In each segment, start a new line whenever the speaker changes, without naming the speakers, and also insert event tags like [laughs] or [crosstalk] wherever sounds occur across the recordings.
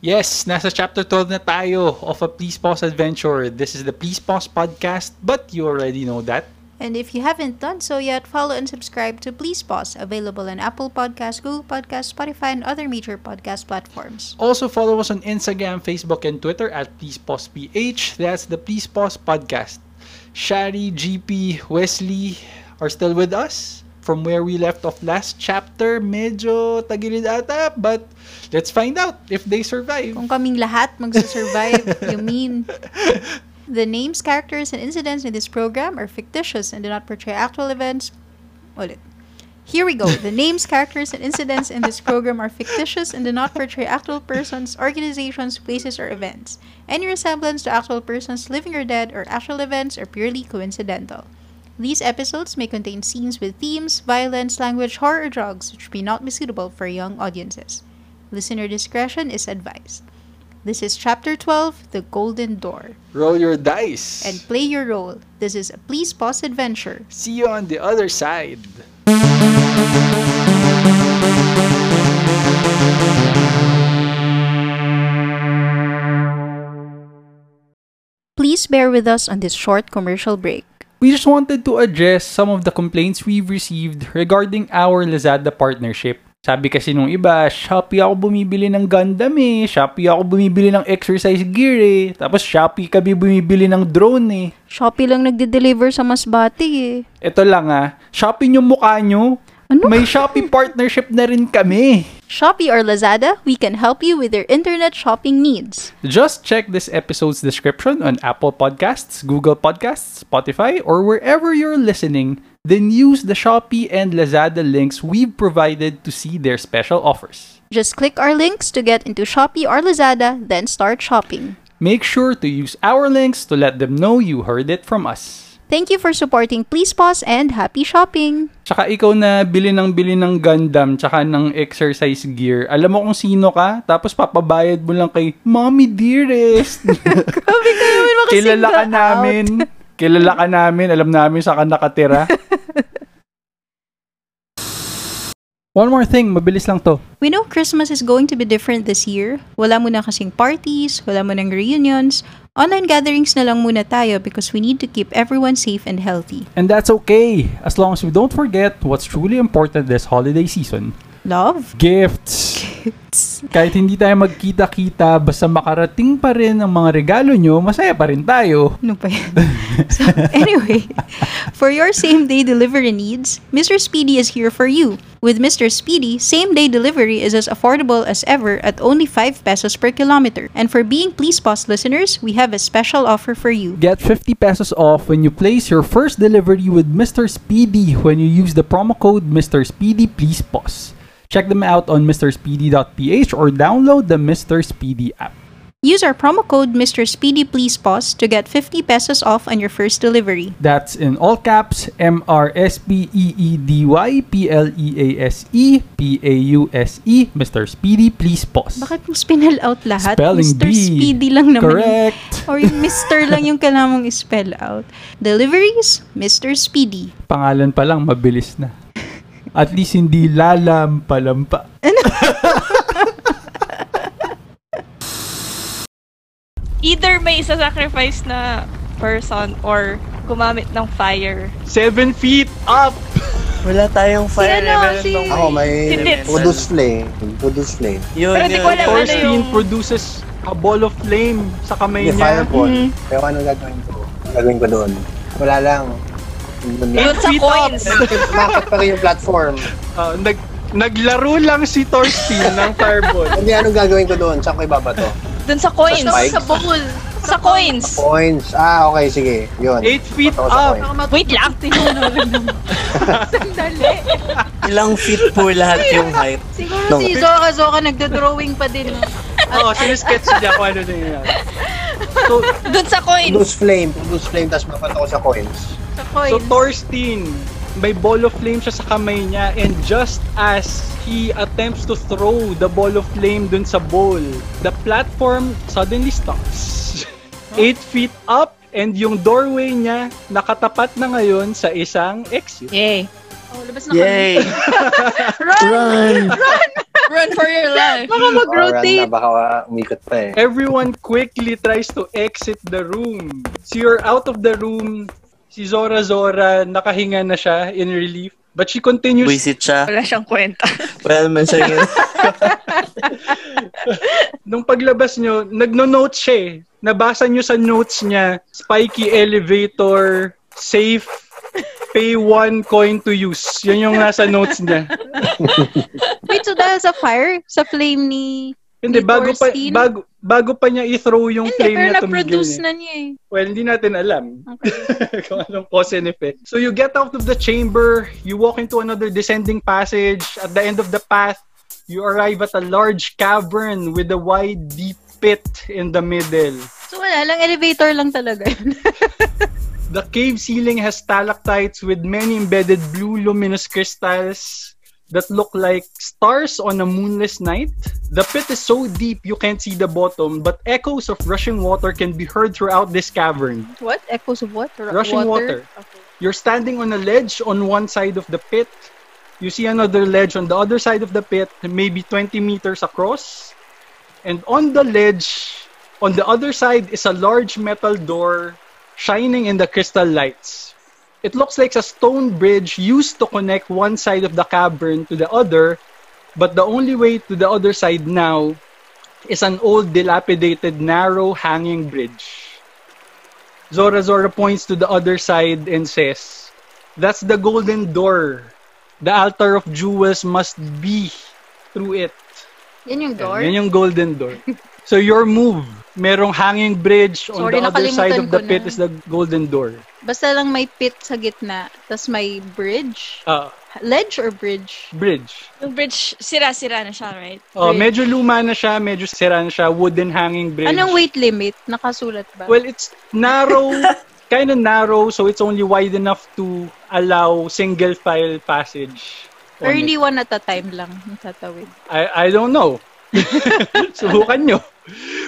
Yes, nasa chapter 12 na tayo of a Please Pause adventure. This is the Please Pause podcast, but you already know that.
And if you haven't done so yet, follow and subscribe to Please Pause, available on Apple Podcasts, Google Podcasts, Spotify, and other major podcast platforms.
Also follow us on Instagram, Facebook, and Twitter at Please Pause PH. That's the Please Pause podcast. Shari, GP, Wesley are still with us from where we left off last chapter. Medyo tagilid ata, but let's find out if they survive.
Kung kaming lahat magsusurvive, you mean... The names, characters, and incidents in this program are fictitious and do not portray actual events. Ulit. Here we go. The names, characters, and incidents in this program are fictitious and do not portray actual persons, organizations, places, or events. Any resemblance to actual persons, living or dead, or actual events are purely coincidental. These episodes may contain scenes with themes, violence, language, horror, or drugs, which may not be suitable for young audiences. Listener discretion is advised. This is Chapter 12 The Golden Door.
[laughs] Roll your dice.
and play your role. This is a Please Pause Adventure.
See you on the other side.
Please bear with us on this short commercial break.
We just wanted to address some of the complaints we've received regarding our Lazada partnership. Sabi kasi nung iba, Shopee ako bumibili ng Gundam eh, Shopee ako bumibili ng exercise gear eh, tapos Shopee kami bumibili ng drone eh.
Shopee lang nagde-deliver sa Masbate eh.
Ito lang ah, Shopee yung mukha nyo.
Ano?
May Shopee partnership na rin kami.
[laughs] Shopee or Lazada, we can help you with your internet shopping needs.
Just check this episode's description on Apple Podcasts, Google Podcasts, Spotify, or wherever you're listening. Then use the Shopee and Lazada links we've provided to see their special offers.
Just click our links to get into Shopee or Lazada, then start shopping.
Make sure to use our links to let them know you heard it from us.
Thank you for supporting Please Pause and happy shopping!
Tsaka ikaw na bili ng bili ng Gundam tsaka ng exercise gear, alam mo kung sino ka, tapos papabayad mo lang kay Mommy Dearest.
Grabe kayo, may mga
Kilala ka
single
namin.
out.
[laughs] Kilala ka namin. Alam namin saan ka nakatira. [laughs] One more thing, mabilis lang to.
We know Christmas is going to be different this year. Wala muna kasing parties, wala munang reunions. Online gatherings na lang muna tayo because we need to keep everyone safe and healthy.
And that's okay, as long as we don't forget what's truly important this holiday season.
Love? [laughs]
Gifts! Kahit hindi tayo magkita-kita, basta makarating pa rin ang mga regalo nyo, masaya pa rin tayo.
Ano pa yan? so, anyway, for your same-day delivery needs, Mr. Speedy is here for you. With Mr. Speedy, same-day delivery is as affordable as ever at only 5 pesos per kilometer. And for being Please Pause listeners, we have a special offer for you.
Get 50 pesos off when you place your first delivery with Mr. Speedy when you use the promo code Mr. Speedy Please Pause. Check them out on mrspeedy.ph or download the Mr. Speedy app.
Use our promo code Mr. Speedy Please Pause to get 50 pesos off on your first delivery.
That's in all caps M R S P E E D Y P L E A S E P A U S E Mr. Speedy Please Pause.
Bakit mo spell out lahat?
Spelling
Mr.
bee.
Speedy lang naman. yun.
Correct.
Or yung
[laughs]
Mr. lang yung kailangan mong spell out. Deliveries, Mr. Speedy.
Pangalan pa lang mabilis na. At least hindi lalampalampa.
either may isa-sacrifice na person or gumamit ng fire.
7 feet up.
Wala tayong fire
ano,
element
si-
nung-
Ako, may
Hindi.
Kudus Flame. Kudus Flame.
Yun,
Pero di ko alam ano
Force-
yung...
produces a ball of flame sa kamay
Hindi, Fireball. Pero ano gagawin ko? Gagawin ko doon. Wala lang. Doon lang.
Yun sa
Tweet
coins.
Umakit pa rin yung platform.
Uh,
Ah, nag naglaro lang si Thorstein ng fireball.
Hindi, anong gagawin ko doon? Saan ko ibabato?
Dun sa coins.
Spike?
Sa bowl. Sa coins.
Coins. Ah, okay, sige. Yun.
8 feet
Bato ko sa
up.
coin.
Wait lang.
ilang feet po lahat yung height.
Siguro
Nung-
si Zoka Zoka nagdo-drawing pa din. eh. No?
Oo, [laughs] oh, sinisketch niya kung ano na yun.
Dun sa coins.
Kudus Flame. Kudus Flame, tapos mabato ko sa coins.
Sa
So
coin.
Thorstein, may ball of flame siya sa kamay niya and just as he attempts to throw the ball of flame dun sa bowl, the platform suddenly stops. 8 feet up and yung doorway niya nakatapat na ngayon sa isang exit.
[laughs] Yay.
ako. Oh, Labas na kami.
Yay!
[laughs]
Run!
Run for your life.
Baka
Oran na,
mag-rotate.
ano, baka umikot pa eh.
Everyone quickly tries to exit the room. So you're out of the room. Si Zora Zora, nakahinga na siya in relief. But she continues
Buisit siya.
Wala siyang kwenta.
Well, man siya yun.
nung paglabas nyo, nagno-notes siya eh. Nabasa nyo sa notes niya, spiky elevator, safe, pay one coin to use. Yun yung nasa notes
[laughs]
niya.
Wait, so dahil sa fire, sa flame ni...
Hindi,
Ni
bago pa,
Thorstein?
bago, bago pa niya i-throw yung
Hindi,
flame
pero
na tumigil
na-produce
niya.
na niya eh.
Well, hindi natin alam [laughs] kung anong cause and effect. So you get out of the chamber, you walk into another descending passage. At the end of the path, you arrive at a large cavern with a wide, deep pit in the middle.
So wala lang, elevator lang talaga. [laughs]
The cave ceiling has stalactites with many embedded blue luminous crystals that look like stars on a moonless night. The pit is so deep you can't see the bottom, but echoes of rushing water can be heard throughout this cavern.
what? Echoes of what? Ru-
Rushing water.
Okay.
You're standing on a ledge on one side of the pit. You see another ledge on the other side of the pit, maybe 20 meters across. And on the ledge, on the other side, is a large metal door shining in the crystal lights. It looks like a stone bridge used to connect one side of the cavern to the other, but the only way to the other side now is an old, dilapidated, narrow hanging bridge. Zora Zora points to the other side and says, That's the golden door. The altar of jewels must be through it.
Yan yung door?
Yan yung golden door. so your move, merong hanging bridge on
Sorry,
the other side of
nakalimutan
the
ko
pit
na.
is the golden door.
Basta lang may pit sa gitna, tas may bridge.
Ah,
Ledge or bridge?
bridge.
Yung bridge, sira-sira na siya, right?
Oh,
Bridge.
medyo luma na siya, medyo sira na siya, wooden hanging bridge.
Anong weight limit? Nakasulat ba?
Well, it's
[laughs]
narrow, kind of narrow, so it's only wide enough to allow single file passage.
Or
on it.
hindi one at a time lang yung tatawid.
I, I don't know. [laughs] Subukan nyo.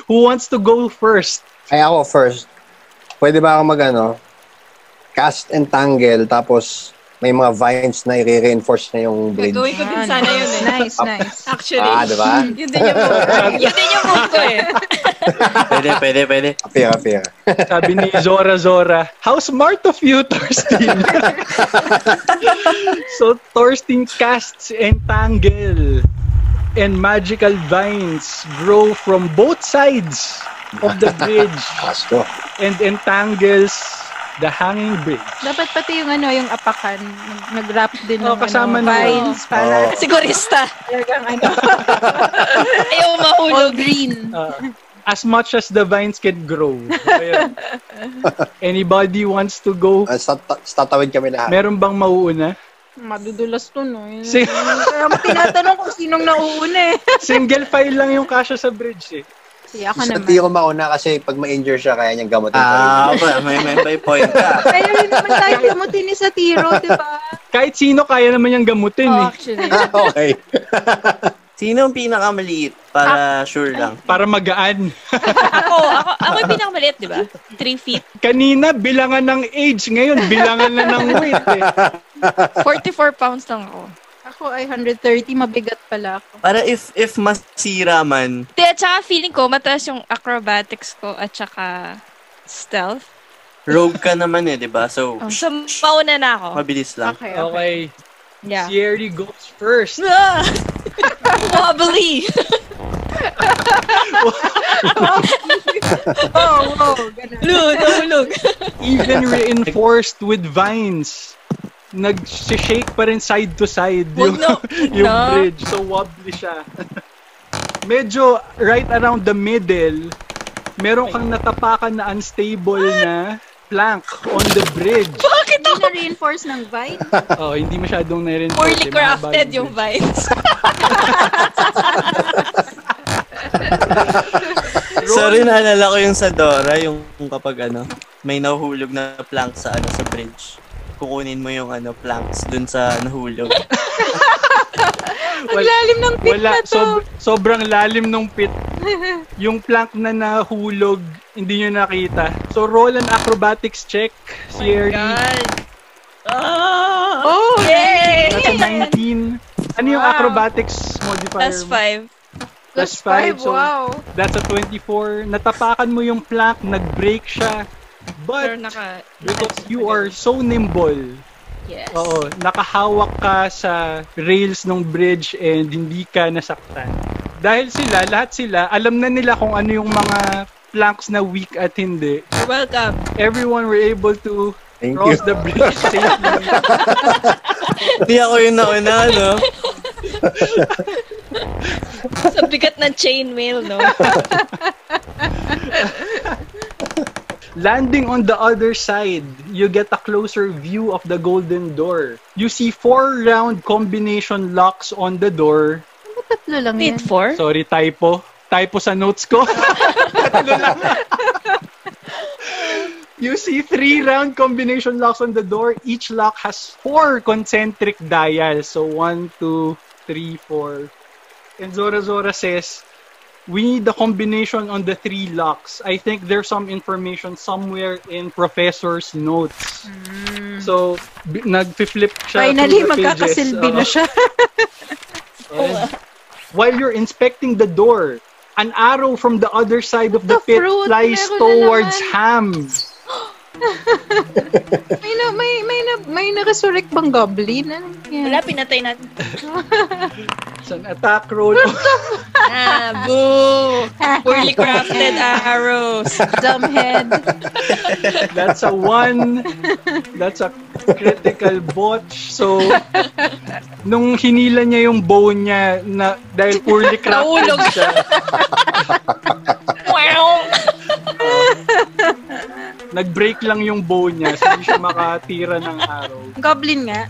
Who wants to go first?
Ay, ako first. Pwede ba ako mag, ano, cast entangle, tapos may mga vines na i-reinforce na yung bridge.
Gagawin ko din sana yun eh.
Ah, Nice, nice.
Actually.
Ah, di ba?
Yun din yung move ko. Yun din yung move ko eh.
Pwede, pwede, pwede.
Apira, apira.
Sabi ni Zora Zora, how smart of you, Thorstein. [laughs] so Thorstein casts Entangle and magical vines grow from both sides of the bridge
Pasko.
and entangles the hanging bridge.
Dapat pati yung ano, yung apakan, nag- nag-wrap din
Oh,
ng
kasama
ano,
na.
vines para
Oo.
Sigurista.
talagang
[laughs]
ano,
Ayaw
all
mahulog.
green.
Uh, as much as the vines can grow. Ayun. Anybody wants to go?
Ah, sa- ta- sa tatawid kami lahat.
Meron bang mauuna?
Madudulas to, no? Yun.
Sing-
Kaya mo tinatanong kung sinong nauuna eh.
Single file lang yung kasya sa bridge eh.
Sige, ako
Isa
naman.
ko mauna kasi pag ma-injure siya, kaya niyang gamutin.
Ah, pa, may, may, may point ka.
Kaya rin naman tayo gamutin ni sa tiro, di
[laughs]
ba?
Kahit sino kaya naman yung gamutin eh.
actually.
Ah, [laughs] okay.
Sino ang pinakamaliit?
Ah.
Para sure lang.
Para magaan.
Ako, ako, ako yung pinakamaliit, di ba? 3 feet.
Kanina, bilangan ng age. Ngayon, bilangan na ng weight eh.
44 pounds lang ako.
Ako ay 130, mabigat pala ako.
Para if if masira man,
Hindi, at saka feeling ko, mataas yung acrobatics ko at saka stealth.
rogue ka naman eh, di ba? So,
Oh, so, mauna na ako.
mabilis lang.
Okay, okay.
Okay.
Yeah.
Sierra goes first.
Ah! [laughs] Wobbly!
Oh, wow, ganun.
Lug, [laughs] nahulog.
[laughs] Even reinforced with vines. Nag-shake pa rin side to side
Wag
yung,
na.
yung
No.
bridge. So wobbly siya. [laughs] Medyo right around the middle, meron kang natapakan na unstable na plank on the bridge.
Bakit
Hindi
ako?
na-reinforce ng vine.
Oh, hindi masyadong na-reinforce.
Poorly
eh, mga
crafted
bagong
yung
bridge.
[laughs] vines. Ah,
Sorry, naalala ko yung sa Dora, yung kapag ano, may nahulog na plank sa ano sa bridge. Kukunin mo yung ano planks dun sa nahulog.
Wal-
Lalim ng pit
wala,
na to.
sob- sobrang lalim ng
[laughs]
pit. Yung plank na nahulog, hindi nyo nakita. So, roll an
Oh
acrobatics check, si Ernie.
God. Oh,
Oh,
yay!
That's a 19. Ano yung
Wow.
acrobatics modifier
Plus
mo?
5.
Plus five, so-
wow.
That's a 24. Natapakan mo yung plank, nag-break siya.
Pero
But
naka...
because you are so nimble,
Yes.
oo, nakahawak ka sa rails ng bridge and hindi ka nasaktan. Dahil sila, lahat sila, alam na nila kung ano yung mga planks na weak at hindi.
You're welcome.
Everyone were able to
Thank you.
cross the
[laughs]
bridge safely.
Hindi ako yung nauna, no?
Sa bigat ng chainmail, [laughs] no?
Landing on the other side, you get a closer view of the golden door. You see four round combination locks on the door.
Tatlo lang yan.
Wait, 4?
Sorry, typo. Typo sa notes ko. Tatlo lang. [laughs] you see three round combination locks on the door. Each lock has four concentric dials. So one, two, three, four. And Zora Zora says, we need the combination on the three locks. I think there's some information somewhere in Professor's notes. So, b- nag-flip
Mm.
siya
Finally,
through the pages.
magkakasilbi na
Oo.
siya. [laughs]
And while you're inspecting the door, an arrow from the other side of the,
the
pit
fruit?
flies
Meron na
towards
naman.
Ham.
May na, may, may na, may na-resurrect bang goblin? Ano
Wala,
yan?
pinatay natin.
It's an attack roll.
Ah, boo! Poorly crafted arrows.
[laughs]
Dumbhead.
That's a one. That's a critical botch. So, nung hinila niya yung bow niya na dahil poorly crafted
Nahulog.
siya,
[laughs] Wow!
nag-break lang yung bow niya so hindi siya makatira ng arrow.
goblin nga.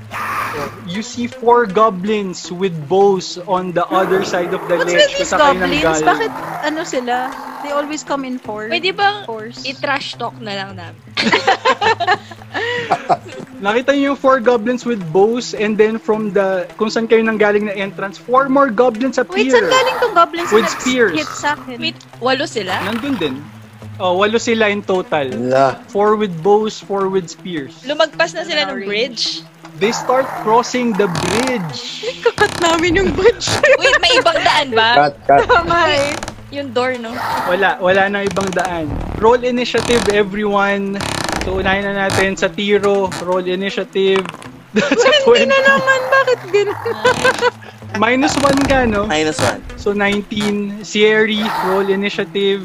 You see four goblins with bows on the other side of the
What's
ledge.
with these
kasakay ng
goblins?
galing.
Bakit ano sila? They always come in four.
Pwede bang
Force.
i-trash talk na lang namin?
Nakita niyo yung four goblins with bows and then from the kung saan kayo nanggaling na entrance, four more goblins appear.
Wait, saan galing tong goblins
With
na
spears.
hit sa akin?
Wait, walo sila?
Nandun din. Oh, walo sila in total.
Wala.
Four with bows, four with spears.
Lumagpas na sila ng bridge?
They start crossing the bridge.
Cut namin yung bridge.
[laughs] Wait, may ibang daan ba?
Cut, cut.
Kamay.
Yung door, no?
Wala, wala na ibang daan. Roll initiative, everyone. So, unahin na natin sa tiro. Roll initiative. That's [laughs] a
Hindi na
20.
naman. Bakit ganun?
Minus one ka, no?
Minus one.
So 19, Sierry, E, roll initiative.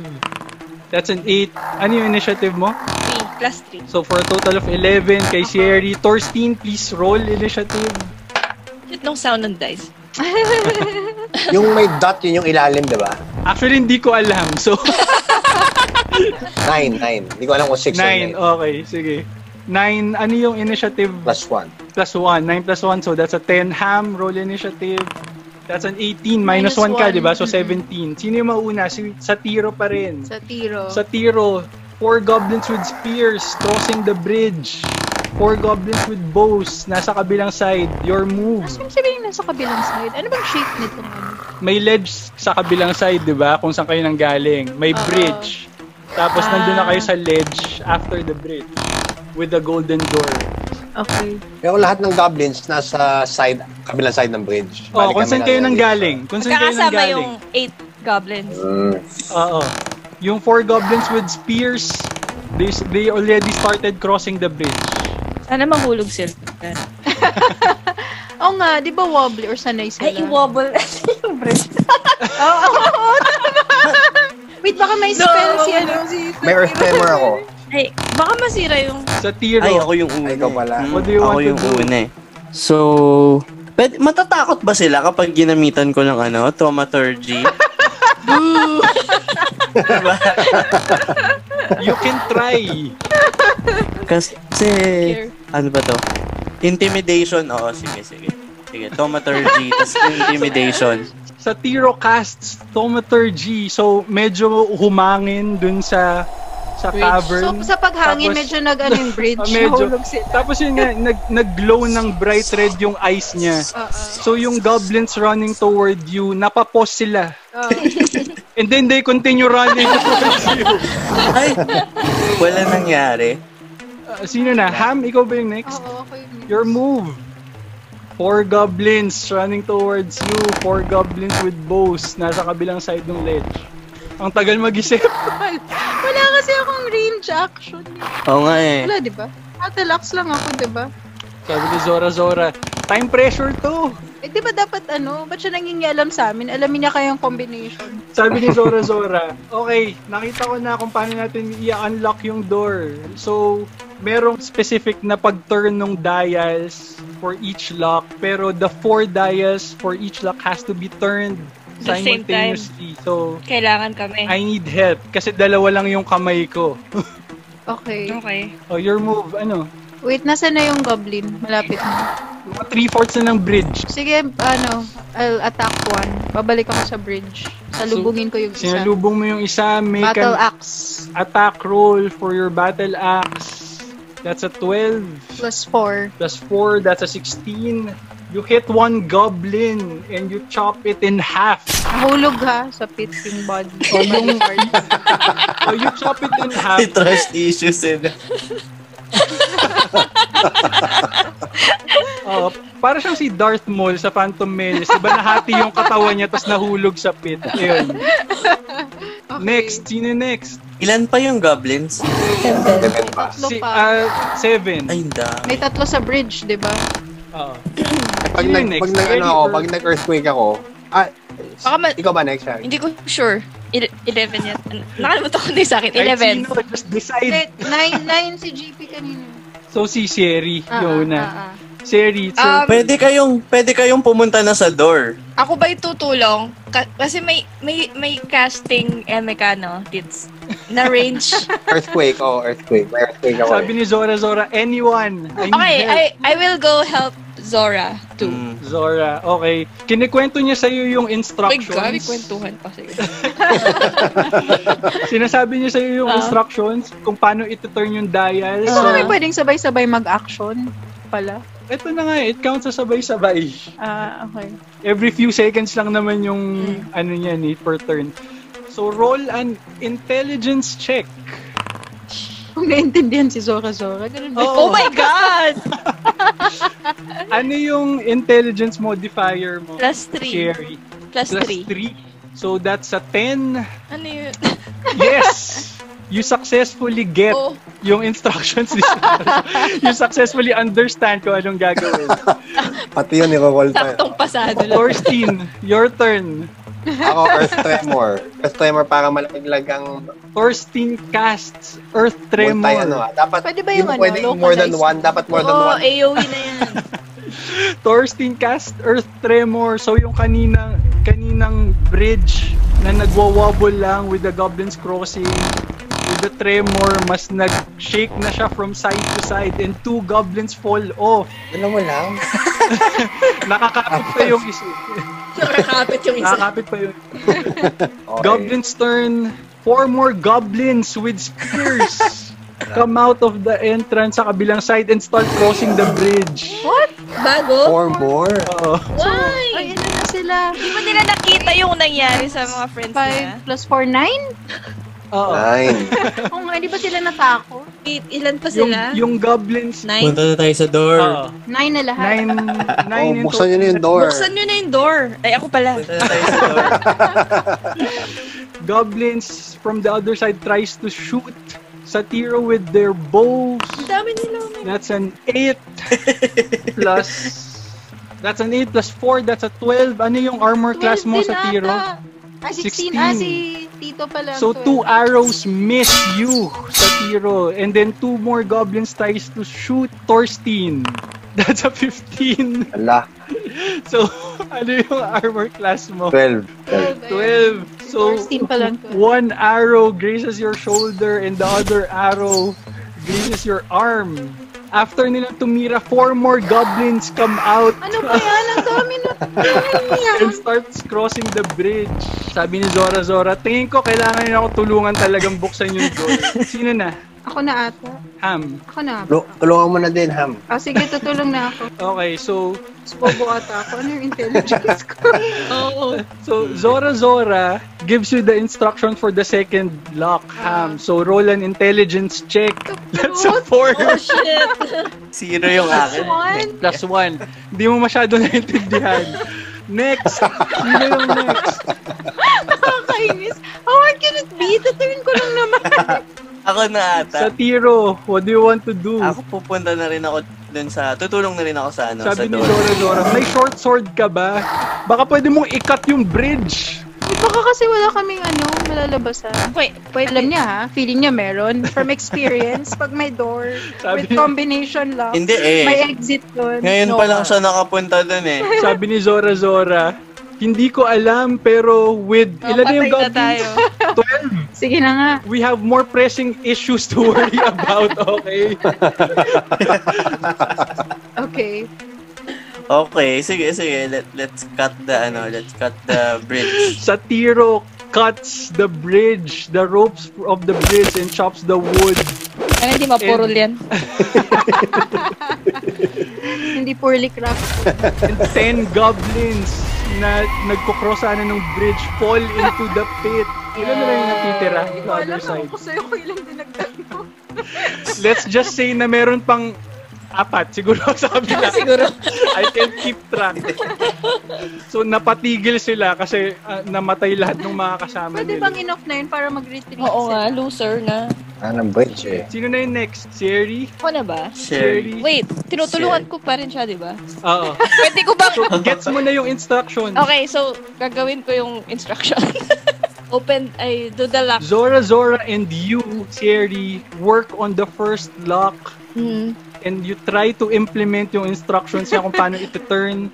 That's an 8. Ano yung initiative mo?
3, plus 3.
So for a total of 11 kay Sierry. Torstein, please roll initiative.
Shit, nung sound ng dice.
Yung may dot, yun yung ilalim, di ba?
Actually, hindi ko alam.
[laughs]
So,
Nine, nine. Hindi ko alam kung six
9.
or nine.
Okay, sige. 9, ano yung initiative?
Plus one.
Plus 1. 9 plus 1, so that's a 10. Ham, roll initiative. That's an 18. Minus 1
one.
ka, di ba? So 17. Sino yung mauna? Si, sa tiro pa rin.
Sa tiro.
Sa tiro, four goblins with spears crossing the bridge. Four goblins with bows nasa kabilang side. Your move.
Saan sila yung nasa kabilang side? Ano bang shape nito?
May ledge sa kabilang side, 'di ba? Kung saan kayo nanggaling. May bridge. Tapos nandun na kayo sa ledge after the bridge with the golden door.
Okay.
Pero lahat ng goblins nasa side, kabilang side ng bridge.
Oh,
Bali
kung
kami
saan kayo
nandun dito.
nanggaling? Kung saan kayo
Magkakasama
nanggaling?
yung 8 goblins.
Mm.
Oo. Yung four goblins with spears, they, they already started crossing the bridge.
Sana mahulog sila.
Oo nga, di ba wobbly or sanay sila?
Ay, i-wobble [laughs] yung bridge.
Oo, oo, oo, tama. Wait, baka may
No,
spell si
wala.
ano si...
May earth tremor ako.
Ay, baka masira yung...
Sa tiro.
Ay, ako yung una.
Ay, ikaw pala.
eh.
What do you
ako
want to
yung
do?
una eh. So, pwede, matatakot ba sila kapag ginamitan ko ng ano, [laughs] thaumaturgy? Boo! diba?
You can
[laughs]
try.
Kasi, ano ba to? Intimidation, oo, sige, sige. Sige, thaumaturgy, tapos intimidation.
sa Tiro Casts Thaumaturgy. So, medyo humangin dun sa sa cavern.
So, sa paghangin,
Tapos-
medyo nag-ano
[laughs]
yung bridge.
Ah, medyo.
Nahulog sila.
Tapos yun nga, nag, nag-glow ng bright red yung eyes niya. So, yung goblins running toward you, napapos sila. And then they continue running [laughs] towards you.
Ay! Wala nangyari.
Uh, sino na? Ham, ikaw ba yung next?
Oo, okay.
Your move. Four goblins running towards you. Four goblins with bows. Nasa kabilang side ng ledge. Ang tagal mag-isip. [laughs]
Wala kasi akong range action.
Oo nga eh.
Wala, di ba? Atalax lang ako, di ba?
Sabi ni Zora Zora, time pressure to.
Eh, di ba dapat ano? Ba't siya nangingialam sa amin? Alamin niya kayong combination.
Sabi ni Zora Zora, okay, nakita ko na kung paano natin i-unlock yung door. So, merong specific na pag-turn ng dials for each lock, pero the four dials for each lock has to be turned
The same time.
simultaneously. So,
Kailangan kami.
I need help kasi dalawa lang yung kamay ko.
Okay.
Okay.
Oh, your move, ano?
Wait, nasaan na yung goblin? Malapit na.
Mga three-fourths na ng bridge.
Sige, ano, I'll attack one. Babalik ako sa bridge. Salubungin ko yung isa.
Sinalubong mo yung isa, make an
Battle axe.
attack roll for your battle axe. That's a 12.
Plus four.
Plus 4, that's a 16. You hit one goblin and you chop it in half.
Nahulog ha, sa pit yung
[laughs]
body. O yung
So you chop it in
[laughs]
half.
Trust issues eh.
Uh, para siyang si Darth Maul sa Phantom Menace. Diba nahati yung katawan niya tapos nahulog sa pit. Yun. Next. Sino next?
Ilan pa yung goblins?
Seven pa.
Tatlo
Si,
pa.
ah, seven.
Ay, dami.
May tatlo sa bridge, di ba?
Oo.
Pag
Sino
nag,
next?
pag nag, ano
Ready
ako,
or-
pag nag-earthquake ako, ah,
Baka ma-
ikaw ba next, Shari?
Hindi ko sure. Ele- 11 yan. Nakalimutan ko na yung sa akin.
Kahit
11.
sino, just decide.
Wait, nine, nine si GP kanina.
So si Sherry,
Ah, ah,
yun na.
ah, ah.
Sherry, it's your
Um,
Pwede kayong, pwede kayong pumunta na sa door.
Ako ba itutulong? Ka- kasi may may may casting MK no? It's na range.
Earthquake, oh, earthquake. May earthquake
Um,
ako.
Sabi ni Zora Zora, anyone. I need
Okay,
help.
I I will go help Zora too.
Mm.
Zora, okay. Kinikwento niya sa'yo yung
Oh My
instructions.
God, may kwentuhan pa sige.
Sinasabi niya sa'yo yung
Ah.
instructions kung paano iti-turn yung dial.
Di
So,
ba kami pwedeng sabay-sabay mag-action pala?
ito na nga, eh, it counts sa sabay-sabay.
Ah, okay.
Every few seconds lang naman yung
Hmm.
ano niya ni per turn. So roll an intelligence check.
Kung naintindihan si Zora Zora, ganun ba?
Oh my God!
Ano yung intelligence modifier mo?
Plus 3.
Sherry.
Plus
Plus
3.
3. So that's a 10.
Ano yun? [laughs]
Yes! You successfully get
Oh,
yung instructions ni
[laughs]
You successfully understand kung anong gagawin.
Pati yun, niro-roll pa.
saktong pasado Ano lang.
Thorstein, your turn.
Ako, earth tremor. Earth tremor para malaglag ang
Thorstein casts Earth Tremor.
multi, ano ah. Dapat,
Pwede ba
hindi
yung
mo
ano,
pwedeng more than
localized?
one, dapat more than
Oh,
one.
AOE na
[laughs]
yan.
ah.
Thorstein cast Earth Tremor. So yung kanina, kaninang bridge na nagwawabol lang with the Goblins Crossing, with the Tremor, mas nag-shake na siya from side to side and two Goblins fall off.
eh.
Alam mo lang.
Nakakapit pa
[laughs]
yung isa.
Nakakapit yung isa.
Nakakapit pa yung
Okay.
Goblin's turn. Four more goblins with
[laughs]
spears come out of the entrance sa kabilang side and start crossing the bridge.
Bago?
Four more.
Oo.
Why?
Ay, ano na sila?
Hindi mo nila nakita yung nangyari sa mga friends
Five
nila.
plus four, nine?
Oo.
Nine.
Oo nga, di ba sila natako?
Wait, ilan pa
Yung,
sila?
yung goblins...
Nine?
na tayo sa door.
Oo.
Nine na lahat.
nine,
[laughs]
nine
Oh,
in
buksan nyo na yung
total.
door.
Buksan nyo na yung door. Ay, ako pala.
Punta na tayo sa door.
Goblins from the other side tries to shoot Satiro with their bows.
Ang dami nila. oh my
That's an
[laughs]
8 plus... That's an 8 plus 4. That's a 12. Ano yung armor class mo,
Twelve din
Satiro?
ata. Ah, 16. Ah,
16.
si Tito pala. ang
So two
12.
arrows miss you, Satiro, and then two more goblins tries to shoot Thorstein. [laughs] That's a 15.
Ala,
So, [laughs] ano yung armor class mo?
12. 12.
Twelve, ayun.
12. So,
Thorstein pa lang, 12.
one arrow grazes your shoulder and the other arrow grazes your arm. After nila tumira, four more goblins come out
Ano ba yan? Ang dami na. Ano
and starts crossing the bridge. Sabi ni Zora Zora, tingin ko kailangan na ako tulungan talagang buksan yung door. Sino na?
Ako na ata.
Ham.
Ako na.
Lu- tulungan mo na din, Ham.
Ah, sige, tutulong na ako.
Okay, so
Bobo ata ako. Ano yung
[laughs]
intelligence ko?
so Zora Zora gives you the instruction for the second lock, Ham. So roll an intelligence check. That's a four.
Shit.
Zero yung akin.
One.
Plus one. Hindi mo masyado [laughs] naintindihan. Next! Sino yung next?
Nakakainis. How hard can it be? Tutuloy ko lang naman.
Ako na
Sa
ata.
Tiro, what do you want to do?
Ako pupunta na rin ako dun sa, tutulong na rin ako sa ano, sa
Sabi ni
door.
Zora Zora, may short sword ka ba? Baka pwede mong ikat yung bridge.
Eh, Baka kasi wala kaming ano, malalabasan.
Wait, wait.
Alam niya ha, feeling niya meron. From experience, pag may door,
[laughs] Sabi-
with combination lock,
Hindi eh.
may exit doon.
Ngayon
No,
pa lang
ah.
siya nakapunta dun eh.
Sabi ni Zora Zora, hindi ko alam pero with
Oh,
ilan na yung
patay na
goblins?
tayo.
12.
Sige na nga.
[laughs] we have more pressing issues to worry about, [laughs] okay?
Okay.
Okay, sige, sige. Let, let's cut the, ano, let's cut the bridge.
Satiro cuts the bridge, the ropes of the bridge and chops the wood.
Ay, hindi mapurol yan.
Hindi poorly crafted.
And 10 goblins na nagkukrosana ng bridge fall into the pit. Ilan na lang yung natitira on the
Wala
other
na
side?
ako sa'yo kung ilang dinagdag mo.
Let's just say na meron pang apat siguro sa kabila.
[laughs] Siguro.
I can keep track. So napatigil sila kasi ah, namatay lahat ng mga kasama
Pwede
nila.
bang enough na yun para mag-retreat
Oo nga,
sila?
loser nga.
Ah, ng bridge eh.
Sino na yung next? Si Eri?
Ako na ba?
Sherry.
Wait, tinutulungan ko pa rin siya, di ba?
Oo.
Pwede ko bang...
So, gets mo na yung instruction.
Okay, so gagawin ko yung instruction. [laughs] Open, ay, do the lock.
Zora, Zora, and you, Sherry, work on the first lock
Hmm.
and you try to implement yung instructions niya kung paano iti-turn.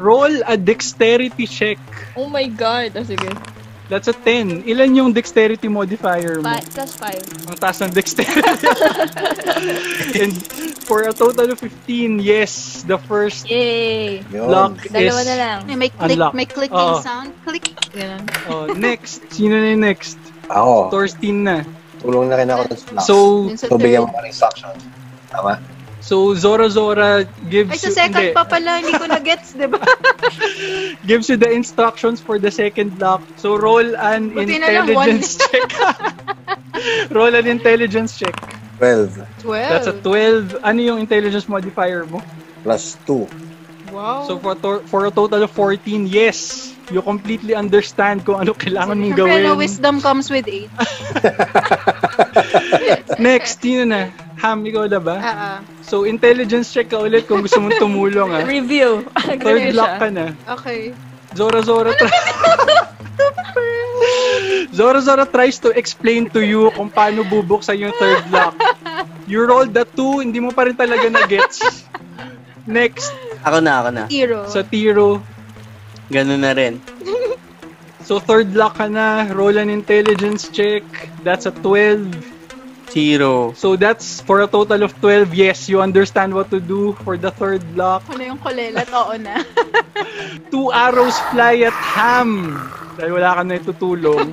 Roll a dexterity check.
Oh my god. Ah, sige.
That's a 10. Ilan yung dexterity modifier mo?
Five, plus five.
Ang taas ng dexterity.
[laughs]
and for a total of 15, yes, the first
Yay!
Yun.
lock is...
Dalawa na lang.
May- May click,
Unlock.
may clicking
Oo.
sound. Click. Ganun.
Oh, next. Sino na yung next?
Ako,
Thorstein na.
tulong na rin ako dun sa lock.
So,
Yun sa
so bigyan mo
third.
ka ng instruction. Tama?
so Zora Zora gives
Ay, sa
you-
second
hindi.
pa pala, hindi ko na-gets, di ba?
gives you the instructions for the second lock. So roll an
Buti na lang,
intelligence
[laughs]
check. roll an intelligence check.
12
12.
[laughs] That's a 12. Ano yung intelligence modifier mo?
plus 2.
Wow.
So for, to- for a total of 14, yes. You completely understand kung ano kailangan mong
Siyempre,
gawin.
no wisdom comes with age.
Next, yun na. Ham, ikaw na ba?
Ah, ah.
So intelligence check ka ulit kung gusto mong tumulong ha.
Review.
Third
Review siya.
lock ka na.
okay.
Zora Zora try... Zora Zora tries to explain to you kung paano bubuksan yung third lock. You rolled the two, hindi mo pa rin talaga na-gets. Next,
Ako na, ako na.
Zero.
sa Tiro.
Ganun na rin.
So third lock ka na, roll an intelligence check. That's a 12.
Zero.
So that's for a total of 12. Yes, you understand what to do for the third lock.
Ano yung kulelat? Oo na.
Two arrows fly at Ham. Dahil wala ka na
[laughs]
itutulong.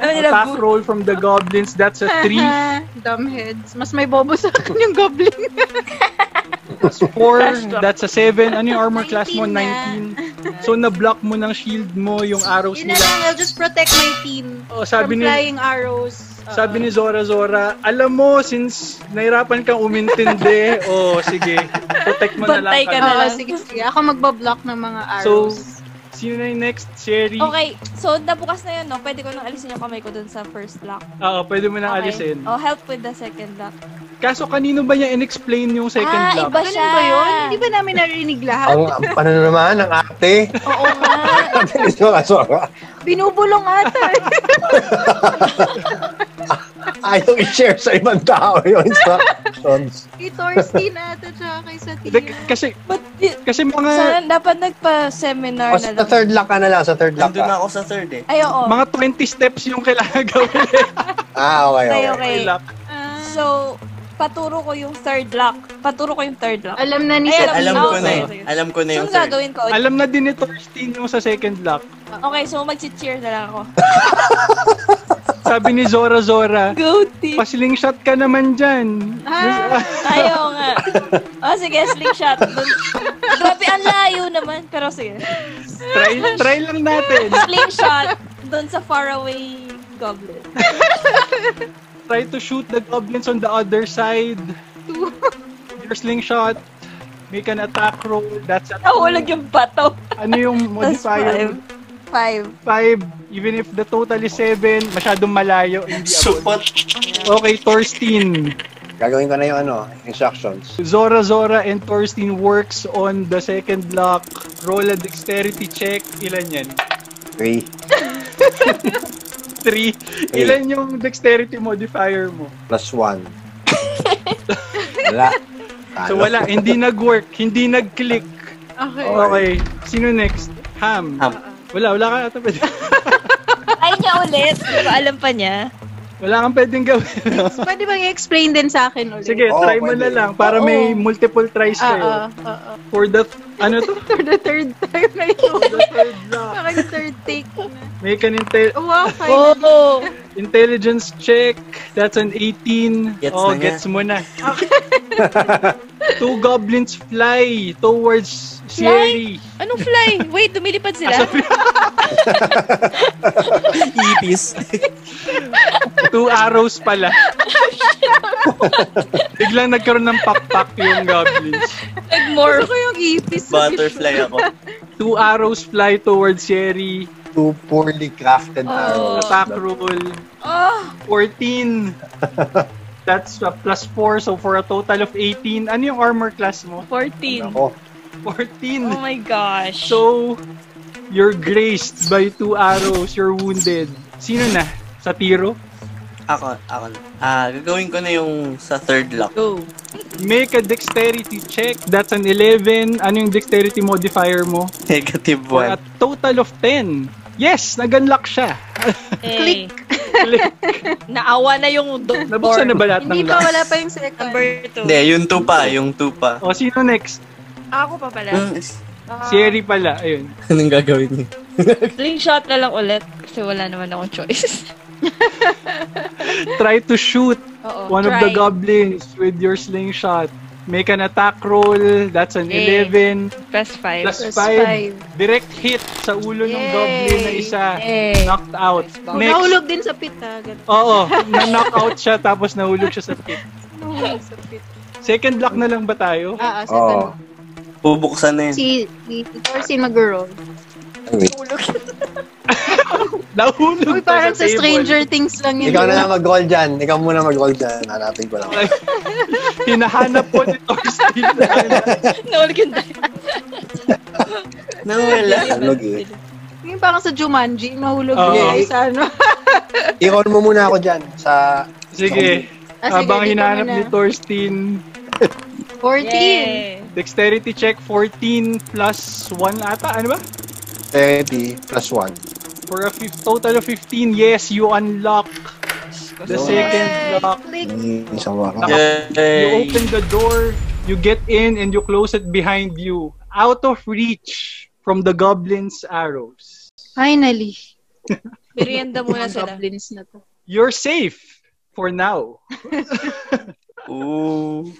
Ano nila,
Attack
bu-
roll from the goblins. That's a 3.
[laughs] Dumbheads. Mas may bobo sa akin yung goblin.
Four,
Class drop.
that's a seven. Ano yung armor class mo?
19
19. So, na-block mo ng shield mo yung arrows
Yun na lang,
nila.
I'll just protect my team
Oh, sabi
from
ni
flying arrows. Oo.
sabi ni Zora Zora, alam mo, since nahirapan kang umintindi, oh, sige, protect mo na lang.
Bantay ka
Oo,
kami.
na lang.
sige, sige. Ako magbablock ng mga
So,
arrows.
sino na yung next? Sherry?
Okay, so nabukas na yun, no? Pwede ko nang alisin yung kamay ko dun sa first lock.
Oo, pwede mo na
Okay.
alisin.
Oh, help with the second lock.
Kaso, kanino ba niya in-explain yung second
ah,
block?
iba
Ganun
siya.
ba yun? Hindi ba namin narinig
[laughs]
lahat?
Ang, ang ano naman, ang
[laughs]
ate.
Oo nga.
Sora, sora.
Oh.
Binubulong ata.
[laughs]
eh.
Ayaw i-share sa ibang tao yung instructions.
Kay Thorstein ata tsaka kay Satiro.
Like, kasi,
[laughs] But, y-
kasi mga,
sana dapat nagpa-seminar
O,
na
oh, sa
lang.
third lock ka na lang, sa third lock
Nandun
ka.
ako sa third eh.
Ay, oo.
mga 20 steps yung kailangan [laughs] gawin.
Ah, okay,
Okay,
okay.
okay.
Lock.
Ah,
So, paturo ko yung third lock. Paturo ko yung third lock.
alam na ni
Ay,
Satiro.
Alam ko na eh.
Okay.
Alam ko na
So,
yung
anong
third.
gagawin ko?
Ano Alam na din ni Thorstein yung sa second lock.
Okay, so mag-cheer na lang ako.
sabi ni Zora
[laughs]
Zora,
Go team!
pasiling shot ka naman dyan.
Ah, tayo nga. O sige, slingshot. Dun- Grabe, ang layo naman. Pero sige.
Try, try lang natin.
Slingshot doon sa faraway goblin.
Try to shoot the goblins on the other
[laughs]
side. Your slingshot. Make an attack roll. That's at
Nahulog yung bato.
Ano yung
Tapos
modifier?
five. Five.
5. Even if the total is 7, masyadong malayo. Hindi abot.
Supot.
Okay, Torstein.
Gagawin ko na yung ano, instructions.
Zora Zora and Torstein works on the second block. Roll a dexterity check. Ilan yan?
Three.
3. Ilan yung dexterity modifier mo?
plus one. wala. Ah,
So wala, hindi nag-work, hindi nag-click.
Okay.
Okay, sino next? Ham.
Ham.
Wala, wala ka ata pwede.
Ay niya ulit. Di ba alam pa niya?
Wala kang pwedeng gawin.
[laughs] Pwede bang i-explain din sa akin ulit?
Sige,
Oo,
try mo
pwede.
na lang para
Oo.
may multiple tries
Ah,
kayo.
ah, ah, ah.
For the, ano to?
For the third time na yun.
For the third block.
Parang third take na.
Make an intel-
Oh, wow,
Oh!
finally.
intelligence check. That's an 18.
Gets na
oh,
niya.
gets mo
[laughs]
na. Two goblins fly towards Sherry.
Anong fly? Wait, dumilipad sila?
Ipis.
Two arrows pala. Biglang nagkaroon ng pakpak yung goblins.
Nag-morph.
Gusto ko yung ipis.
Butterfly ako.
Two arrows fly towards Sherry.
Two poorly crafted
Oh.
arrows.
Attack roll.
Oh!
14. That's a plus 4, so for a total of 18. Ano yung armor class mo?
14.
Ako.
14.
Oh my gosh.
So, you're graced by two arrows. You're wounded. Sino na? Sa tiro?
Ako, ako. Ah, gagawin ko na yung sa third lock.
go.
Make a dexterity check. That's an 11. Ano yung dexterity modifier mo?
Negative
For a
one.
total of 10. Yes! Nag-unlock siya.
Click.
Click.
Naawa na yung do- door.
Nabuksan na ba lahat ng
Hindi pa,
lock?
wala pa yung second.
Number two.
Hindi, yung two pa, yung two pa.
O, sino next?
Ako pa pala.
Hmm,
Si Eri pala. Ayun.
[laughs] Anong gagawin niyo?
Slingshot na lang ulit. Kasi wala naman akong choice. [laughs]
Try to shoot
Oo.
one of the
try.
goblins with your slingshot. Make an attack roll. That's an
Yay.
11.
Plus five.
Plus
Plus
5.
five.
Direct hit sa ulo ng
Yay.
goblin na isa.
Yay.
Knocked out. Next.
Nahulog din sa pit ha. Ganun.
Oo. Na-knock out siya tapos nahulog siya sa pit.
Nahulog sa pit.
Second lock na lang ba tayo?
Ah, ah,
Oo.
second.
Bubuksan na yun.
Si, si, si Torsin mag-roll.
Ay, wait.
Nahulog
Uy,
pa
parang sa
table.
Stranger Things lang yun.
Ikaw na lang mag-roll dyan. Ikaw muna mag-roll dyan. Hanapin ko lang.
[laughs] Hinahanap po ni
[laughs]
Thorstein.
Nahulog yung die.
Nawala.
Nalog eh.
Yung parang sa Jumanji, mahulog
Oo.
din kayo sa
[laughs]
ano.
I-roll mo muna ako dyan sa...
Sige.
Ah, sige,
Habang
dito
hinahanap
muna.
ni Thorstein,
14.
Yay.
dexterity check 14 plus 1 ata. Ano ba?
30 plus 1.
For a fif- total of 15, yes, you unlock the
Yay.
second lock.
Click.
Isang waka.
You
Yay.
open the door, you get in, and you close it behind you. Out of reach from the goblin's arrows.
Finally.
Merienda muna
Mga
[laughs]
sila.
goblins na to.
You're safe for now.
Ooh.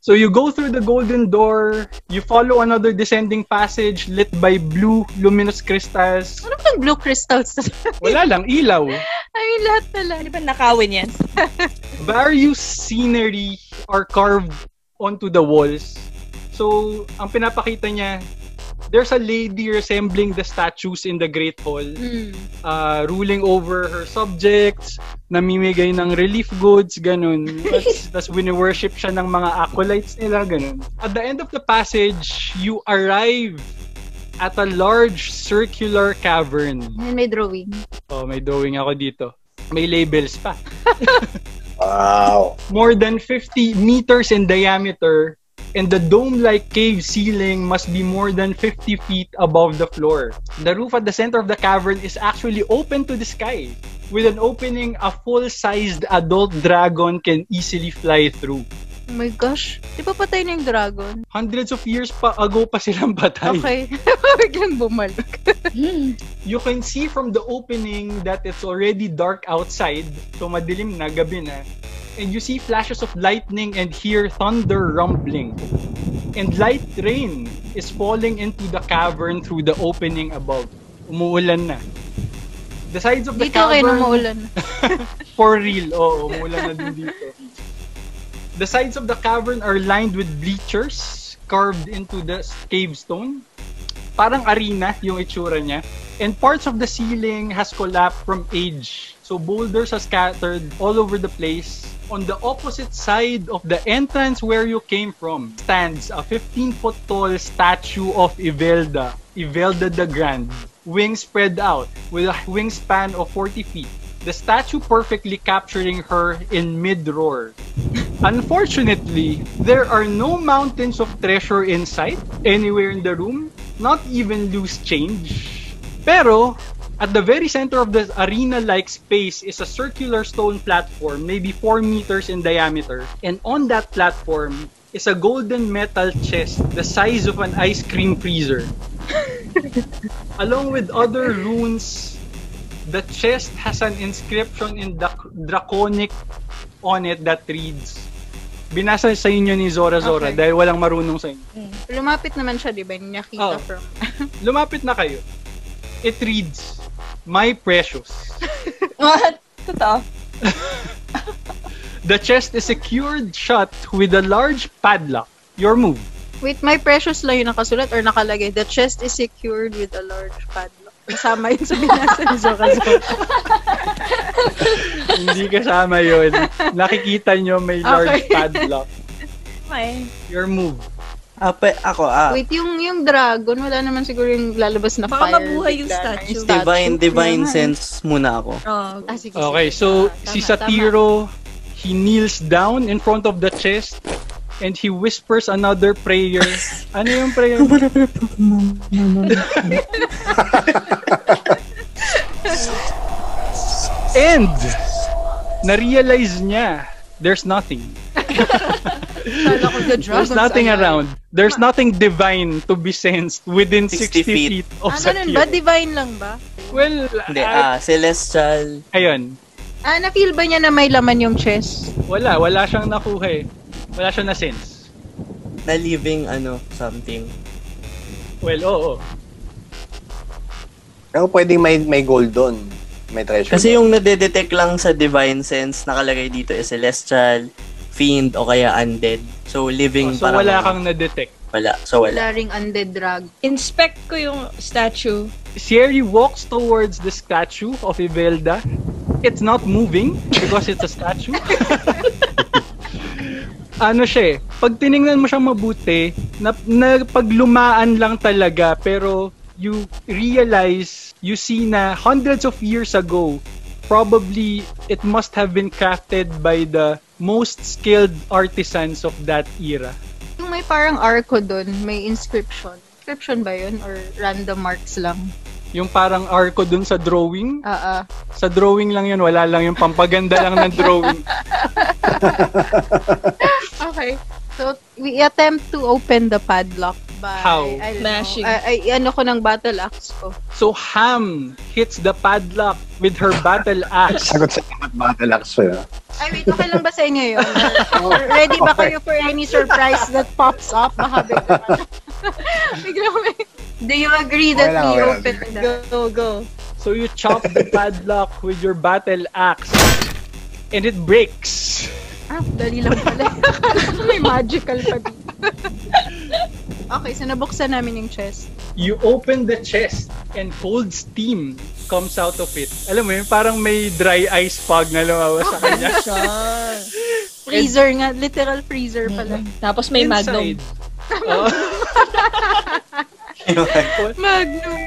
So you go through the golden door, you follow another descending passage lit by blue luminous crystals.
Ano pang blue crystals [laughs] na to?
Wala lang, ilaw.
Ay, lahat na lang.
Di ba nakawin yan?
various scenery are carved onto the walls. So, ang pinapakita niya, there's a lady resembling the statues in the Great Hall,
Mm.
uh, ruling over her subjects, namimigay ng relief goods, ganun. Tapos wini-worship siya ng mga acolytes nila, ganun. At the end of the passage, you arrive at a large circular cavern.
Yan, may drawing.
Oh, may drawing ako dito. May labels pa.
Wow.
more than 50 meters in diameter and the dome-like cave ceiling must be more than 50 feet above the floor. The roof at the center of the cavern is actually open to the sky. With an opening, a full-sized adult dragon can easily fly through.
Oh my gosh. Di ba patay na yung dragon?
Hundreds of years pa ago pa silang batay.
Okay. [laughs] Biglang bumalik.
You can see from the opening that it's already dark outside. So madilim na, gabi na. And you see flashes of lightning and hear thunder rumbling. And light rain is falling into the cavern through the opening above. Umuulan na. The sides of the
Dito kayo
cavern...
namaulan.
For real, oo, umulan na din dito. The sides of the cavern are lined with bleachers carved into the s- cave stone. Parang arena yung itsura niya. And parts of the ceiling has collapsed from age. So boulders are scattered all over the place. On the opposite side of the entrance where you came from stands a 15-foot tall statue of Ivelda, Ivelda the Grand, wings spread out with a wingspan of 40 feet. The statue perfectly capturing her in mid-roar. Unfortunately, there are no mountains of treasure in sight anywhere in the room, not even loose change. Pero, at the very center of the arena-like space is a circular stone platform, maybe 4 meters in diameter. And on that platform is a golden metal chest the size of an ice cream freezer. Along with other runes, the chest has an inscription in Drac- draconic on it that reads, binasa sa inyo ni Zora Zora
Okay.
dahil walang marunong sa inyo.
Lumapit naman siya, di ba? Yung Nakita
Oo.
from...
Lumapit na kayo. It reads, My precious.
What? Totoo.
The chest is secured shut with a large padlock. Your move.
Wait, my precious lang yung nakasulat or nakalagay. The chest is secured with a large padlock. Kasama yun sa binasa ni Zora Zora.
Hindi kasama yun. Nakikita nyo may [laughs] large
Okay.
padlock.
May.
Your move.
Ape, ako, ah.
Wait, yung, yung dragon, wala naman siguro yung lalabas na
Baka
fire.
mabuhay yung
bigla na
statue.
divine, divine
Kaya nga eh.
sense muna ako.
Oh,
Ah, sige,
Okay,
sige.
so
Tama,
si
tama,
Satiro, he kneels down in front of the chest and he whispers another prayer. ano yung prayer? and na-realize niya there's nothing.
tama. Akala ko the
There's
dragon's
nothing
alive.
around. There's nothing divine to be sensed within 60,
60
feet.
feet.
Ah,
of
ganun ba?
Satiro.
Divine lang ba?
Well,
Hindi, ah,
ah,
celestial.
ayun.
Ah, na-feel ba niya na may laman yung chest?
Wala, wala siyang nakuha eh. Wala siyang na-sense.
na living ano something.
Well, oo.
Pero pwedeng may, may gold doon. May treasure.
Kasi
doon.
yung nadedetect lang sa divine sense nakalagay dito is celestial, fiend o kaya undead. So living
Oh, So
parang
wala kang na-detect.
wala. So wala.
Wala ring undead dragon.
inspect ko yung statue.
Siri walks towards the statue of Ivelda. It's not moving because it's a statue. ano siya eh, pag tiningnan mo siyang mabuti, na, na paglumaan lang talaga, pero you realize, you see na hundreds of years ago, probably it must have been crafted by the most skilled artisans of that era.
Yung may parang arco doon, may inscription. Inscription ba yun? Or random marks lang?
Yung parang arko dun sa drawing,
Ah, ah.
Sa drawing lang yun, wala lang yung pampaganda lang ng drawing.
Okay. So, we attempt to open the padlock by...
How?
I don't know.
Mashing.
Ay, ay, ano ko ng battle axe ko.
So Ham hits the padlock with her battle axe.
Sagot sa dapat battle axe ko yun.
Ay, wait, okay lang ba sa inyo yun? Or Ready ba
Okay.
kayo for any surprise that pops up? Baka bigla [laughs] Bigla may... Do you agree
Okay
that
lang,
we
okay lang.
open the...
Go, go.
So you chop the padlock with your battle axe. And it breaks.
Ah, dali lang pala. Akala ko [laughs] may magical pa dito. [laughs] okay, so nabuksan namin yung chest.
[laughs] You open the chest and cold steam comes out of it. Alam mo yun, parang may dry ice fog na lumabas sa kanya.
Freezer nga, literal freezer pala.
Tapos [laughs] may magnum.
Inside. Oh. Oo.
Magnum.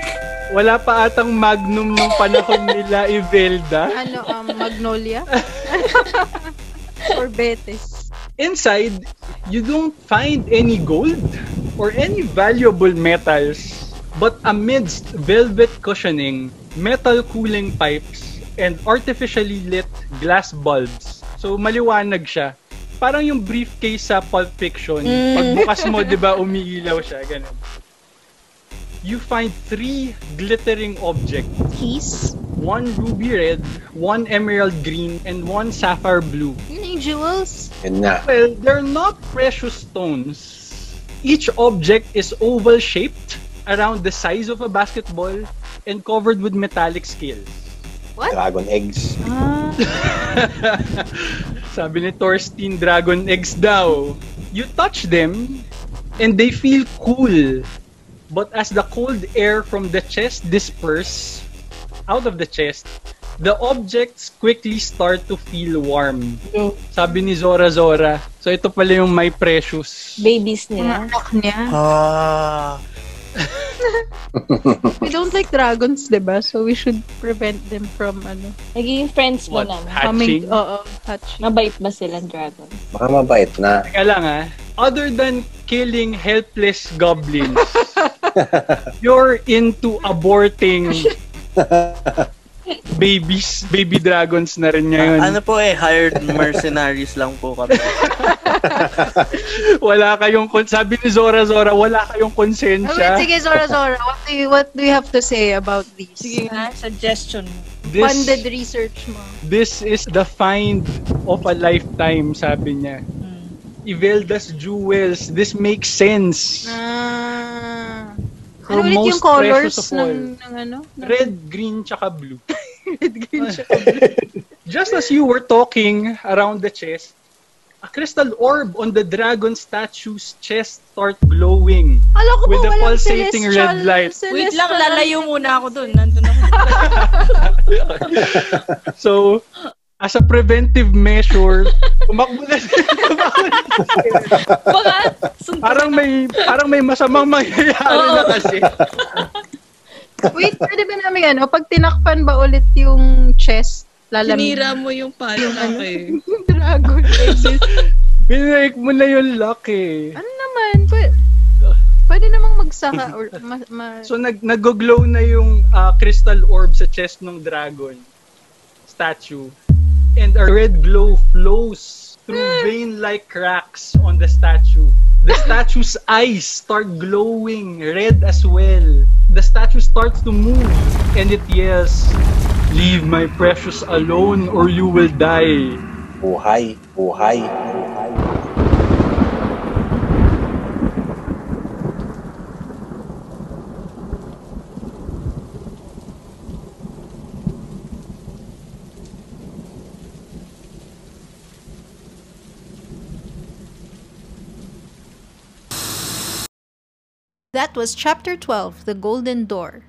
wala pa atang magnum nung panahon nila
[laughs]
Ivelda.
Ano, um, magnolia? Or betes?
inside, you don't find any gold or any valuable metals, but amidst velvet cushioning, metal cooling pipes, and artificially lit glass bulbs. So maliwanag siya. parang yung briefcase sa Pulp Fiction.
Mm.
Pagbukas mo, di ba, umiilaw siya. Ganun. You find three glittering objects.
Keys?
One ruby red, one emerald green, and one sapphire blue.
Yun yung jewels?
Yun nga.
Well, they're not precious stones. Each object is oval shaped, around the size of a basketball, and covered with metallic scales. [laughs]
Dragon eggs.
Ah,
Sabi ni Thorstein, dragon eggs daw. You touch them, and they feel cool. But as the cold air from the chest disperse out of the chest, the objects quickly start to feel warm. Sabi ni Zora Zora. So ito pala yung my precious.
Babies nila.
Anak niya.
Ah.
We don't like dragons, di ba? So we should prevent them from, ano,
Naging friends mo
What?
naman.
Hatching?
coming, oo, touching.
Mabait ba silang dragon?
Baka mabait na.
Teka lang ah. Other than killing helpless goblins, you're into aborting babies, baby dragons na rin ngayon.
[laughs] Ano po eh, hired mercenaries lang po kami.
Wala kayong, kon- sabi ni Zora Zora, wala
I
kayong
mean,
konsensya.
sige, Zora, Zora, what do you, what do you have to say about these?
Sige nga, suggestion mo.
Funded
This,
research mo.
this is the find of a lifetime, sabi niya.
Hmm.
Ivelda's Jewels, this makes sense.
Ah.
Her
Ano ulit
most
yung colors
precious of all.
ng, [laughs] ng ano? Ng
Red, green, tsaka blue.
red, green, siya.
Just as you were talking around the chest, a crystal orb on the dragon statue's chest start glowing.
Alam ko
With
ba
the
walang
pulsating red
celestial-
light.
Wait lang,
celestial-
lalayo muna ako dun. Nandun ako.
So, as a preventive measure, tumakbo na siya. tumakbo na siya.
Baka,
[laughs]
suntok
parang may parang may masamang mangyayari na kasi.
Wait, pwede ba namin ano? Pag tinakpan ba ulit yung chest, lalamig
Sinira mo yung pala
[laughs]
ako eh.
yung dragon eggs?
Binake mo na yung luck eh.
ano naman? Pwede, pwede namang magsaka or ma, ma-
So nag nag-glow na yung ah, crystal orb sa chest ng dragon statue and a red glow flows through vein-like cracks on the statue. The statue's eyes start glowing red as well. The statue starts to move and it yells, "Leave my precious alone or you will die."
Buhay. Buhay.
That was Chapter 12, The Golden Door.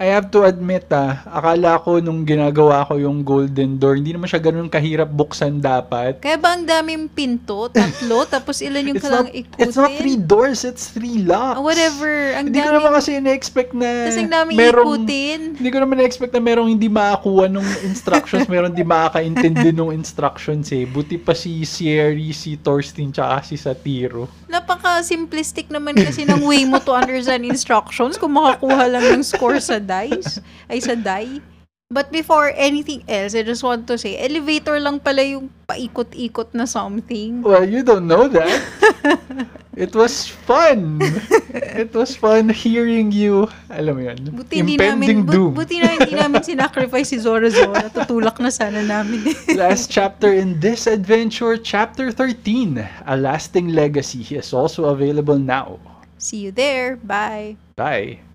I have to admit ah, akala ko nung ginagawa ko yung golden door, hindi naman siya ganun kahirap buksan dapat.
Kaya ba ang daming
[laughs]
pinto? Tatlo? tapos ilan yung
It's not,
kailangang ikutin?
it's not three doors, it's three locks.
Ah, whatever. Ang
Hindi ko
daming,
naman kasi ina-expect na
tapos ang daming
merong-
ikutin.
Hindi ko naman na-expect na merong hindi makakuha nung
[laughs]
instructions, merong hindi makakaintindi nung instructions eh. Buti pa si Sierry, si Thorstein, tsaka si Satiro.
Napaka-simplistic naman kasi ng way mo to understand instructions kung makakuha lang ng score sa dice, ay sa die. But before anything else, I just want to say, elevator lang pala yung paikot-ikot na something.
Well, you don't know that.
[laughs]
It was fun. It was fun hearing you, alam mo yun,
Buti hindi
impending
namin,
doom.
but, [laughs] buti na hindi namin sinacrifice si Zora Zora. Tutulak na sana namin. [laughs]
Last chapter in this adventure, chapter 13, A Lasting Legacy, is also available now.
See you there. Bye.
Bye.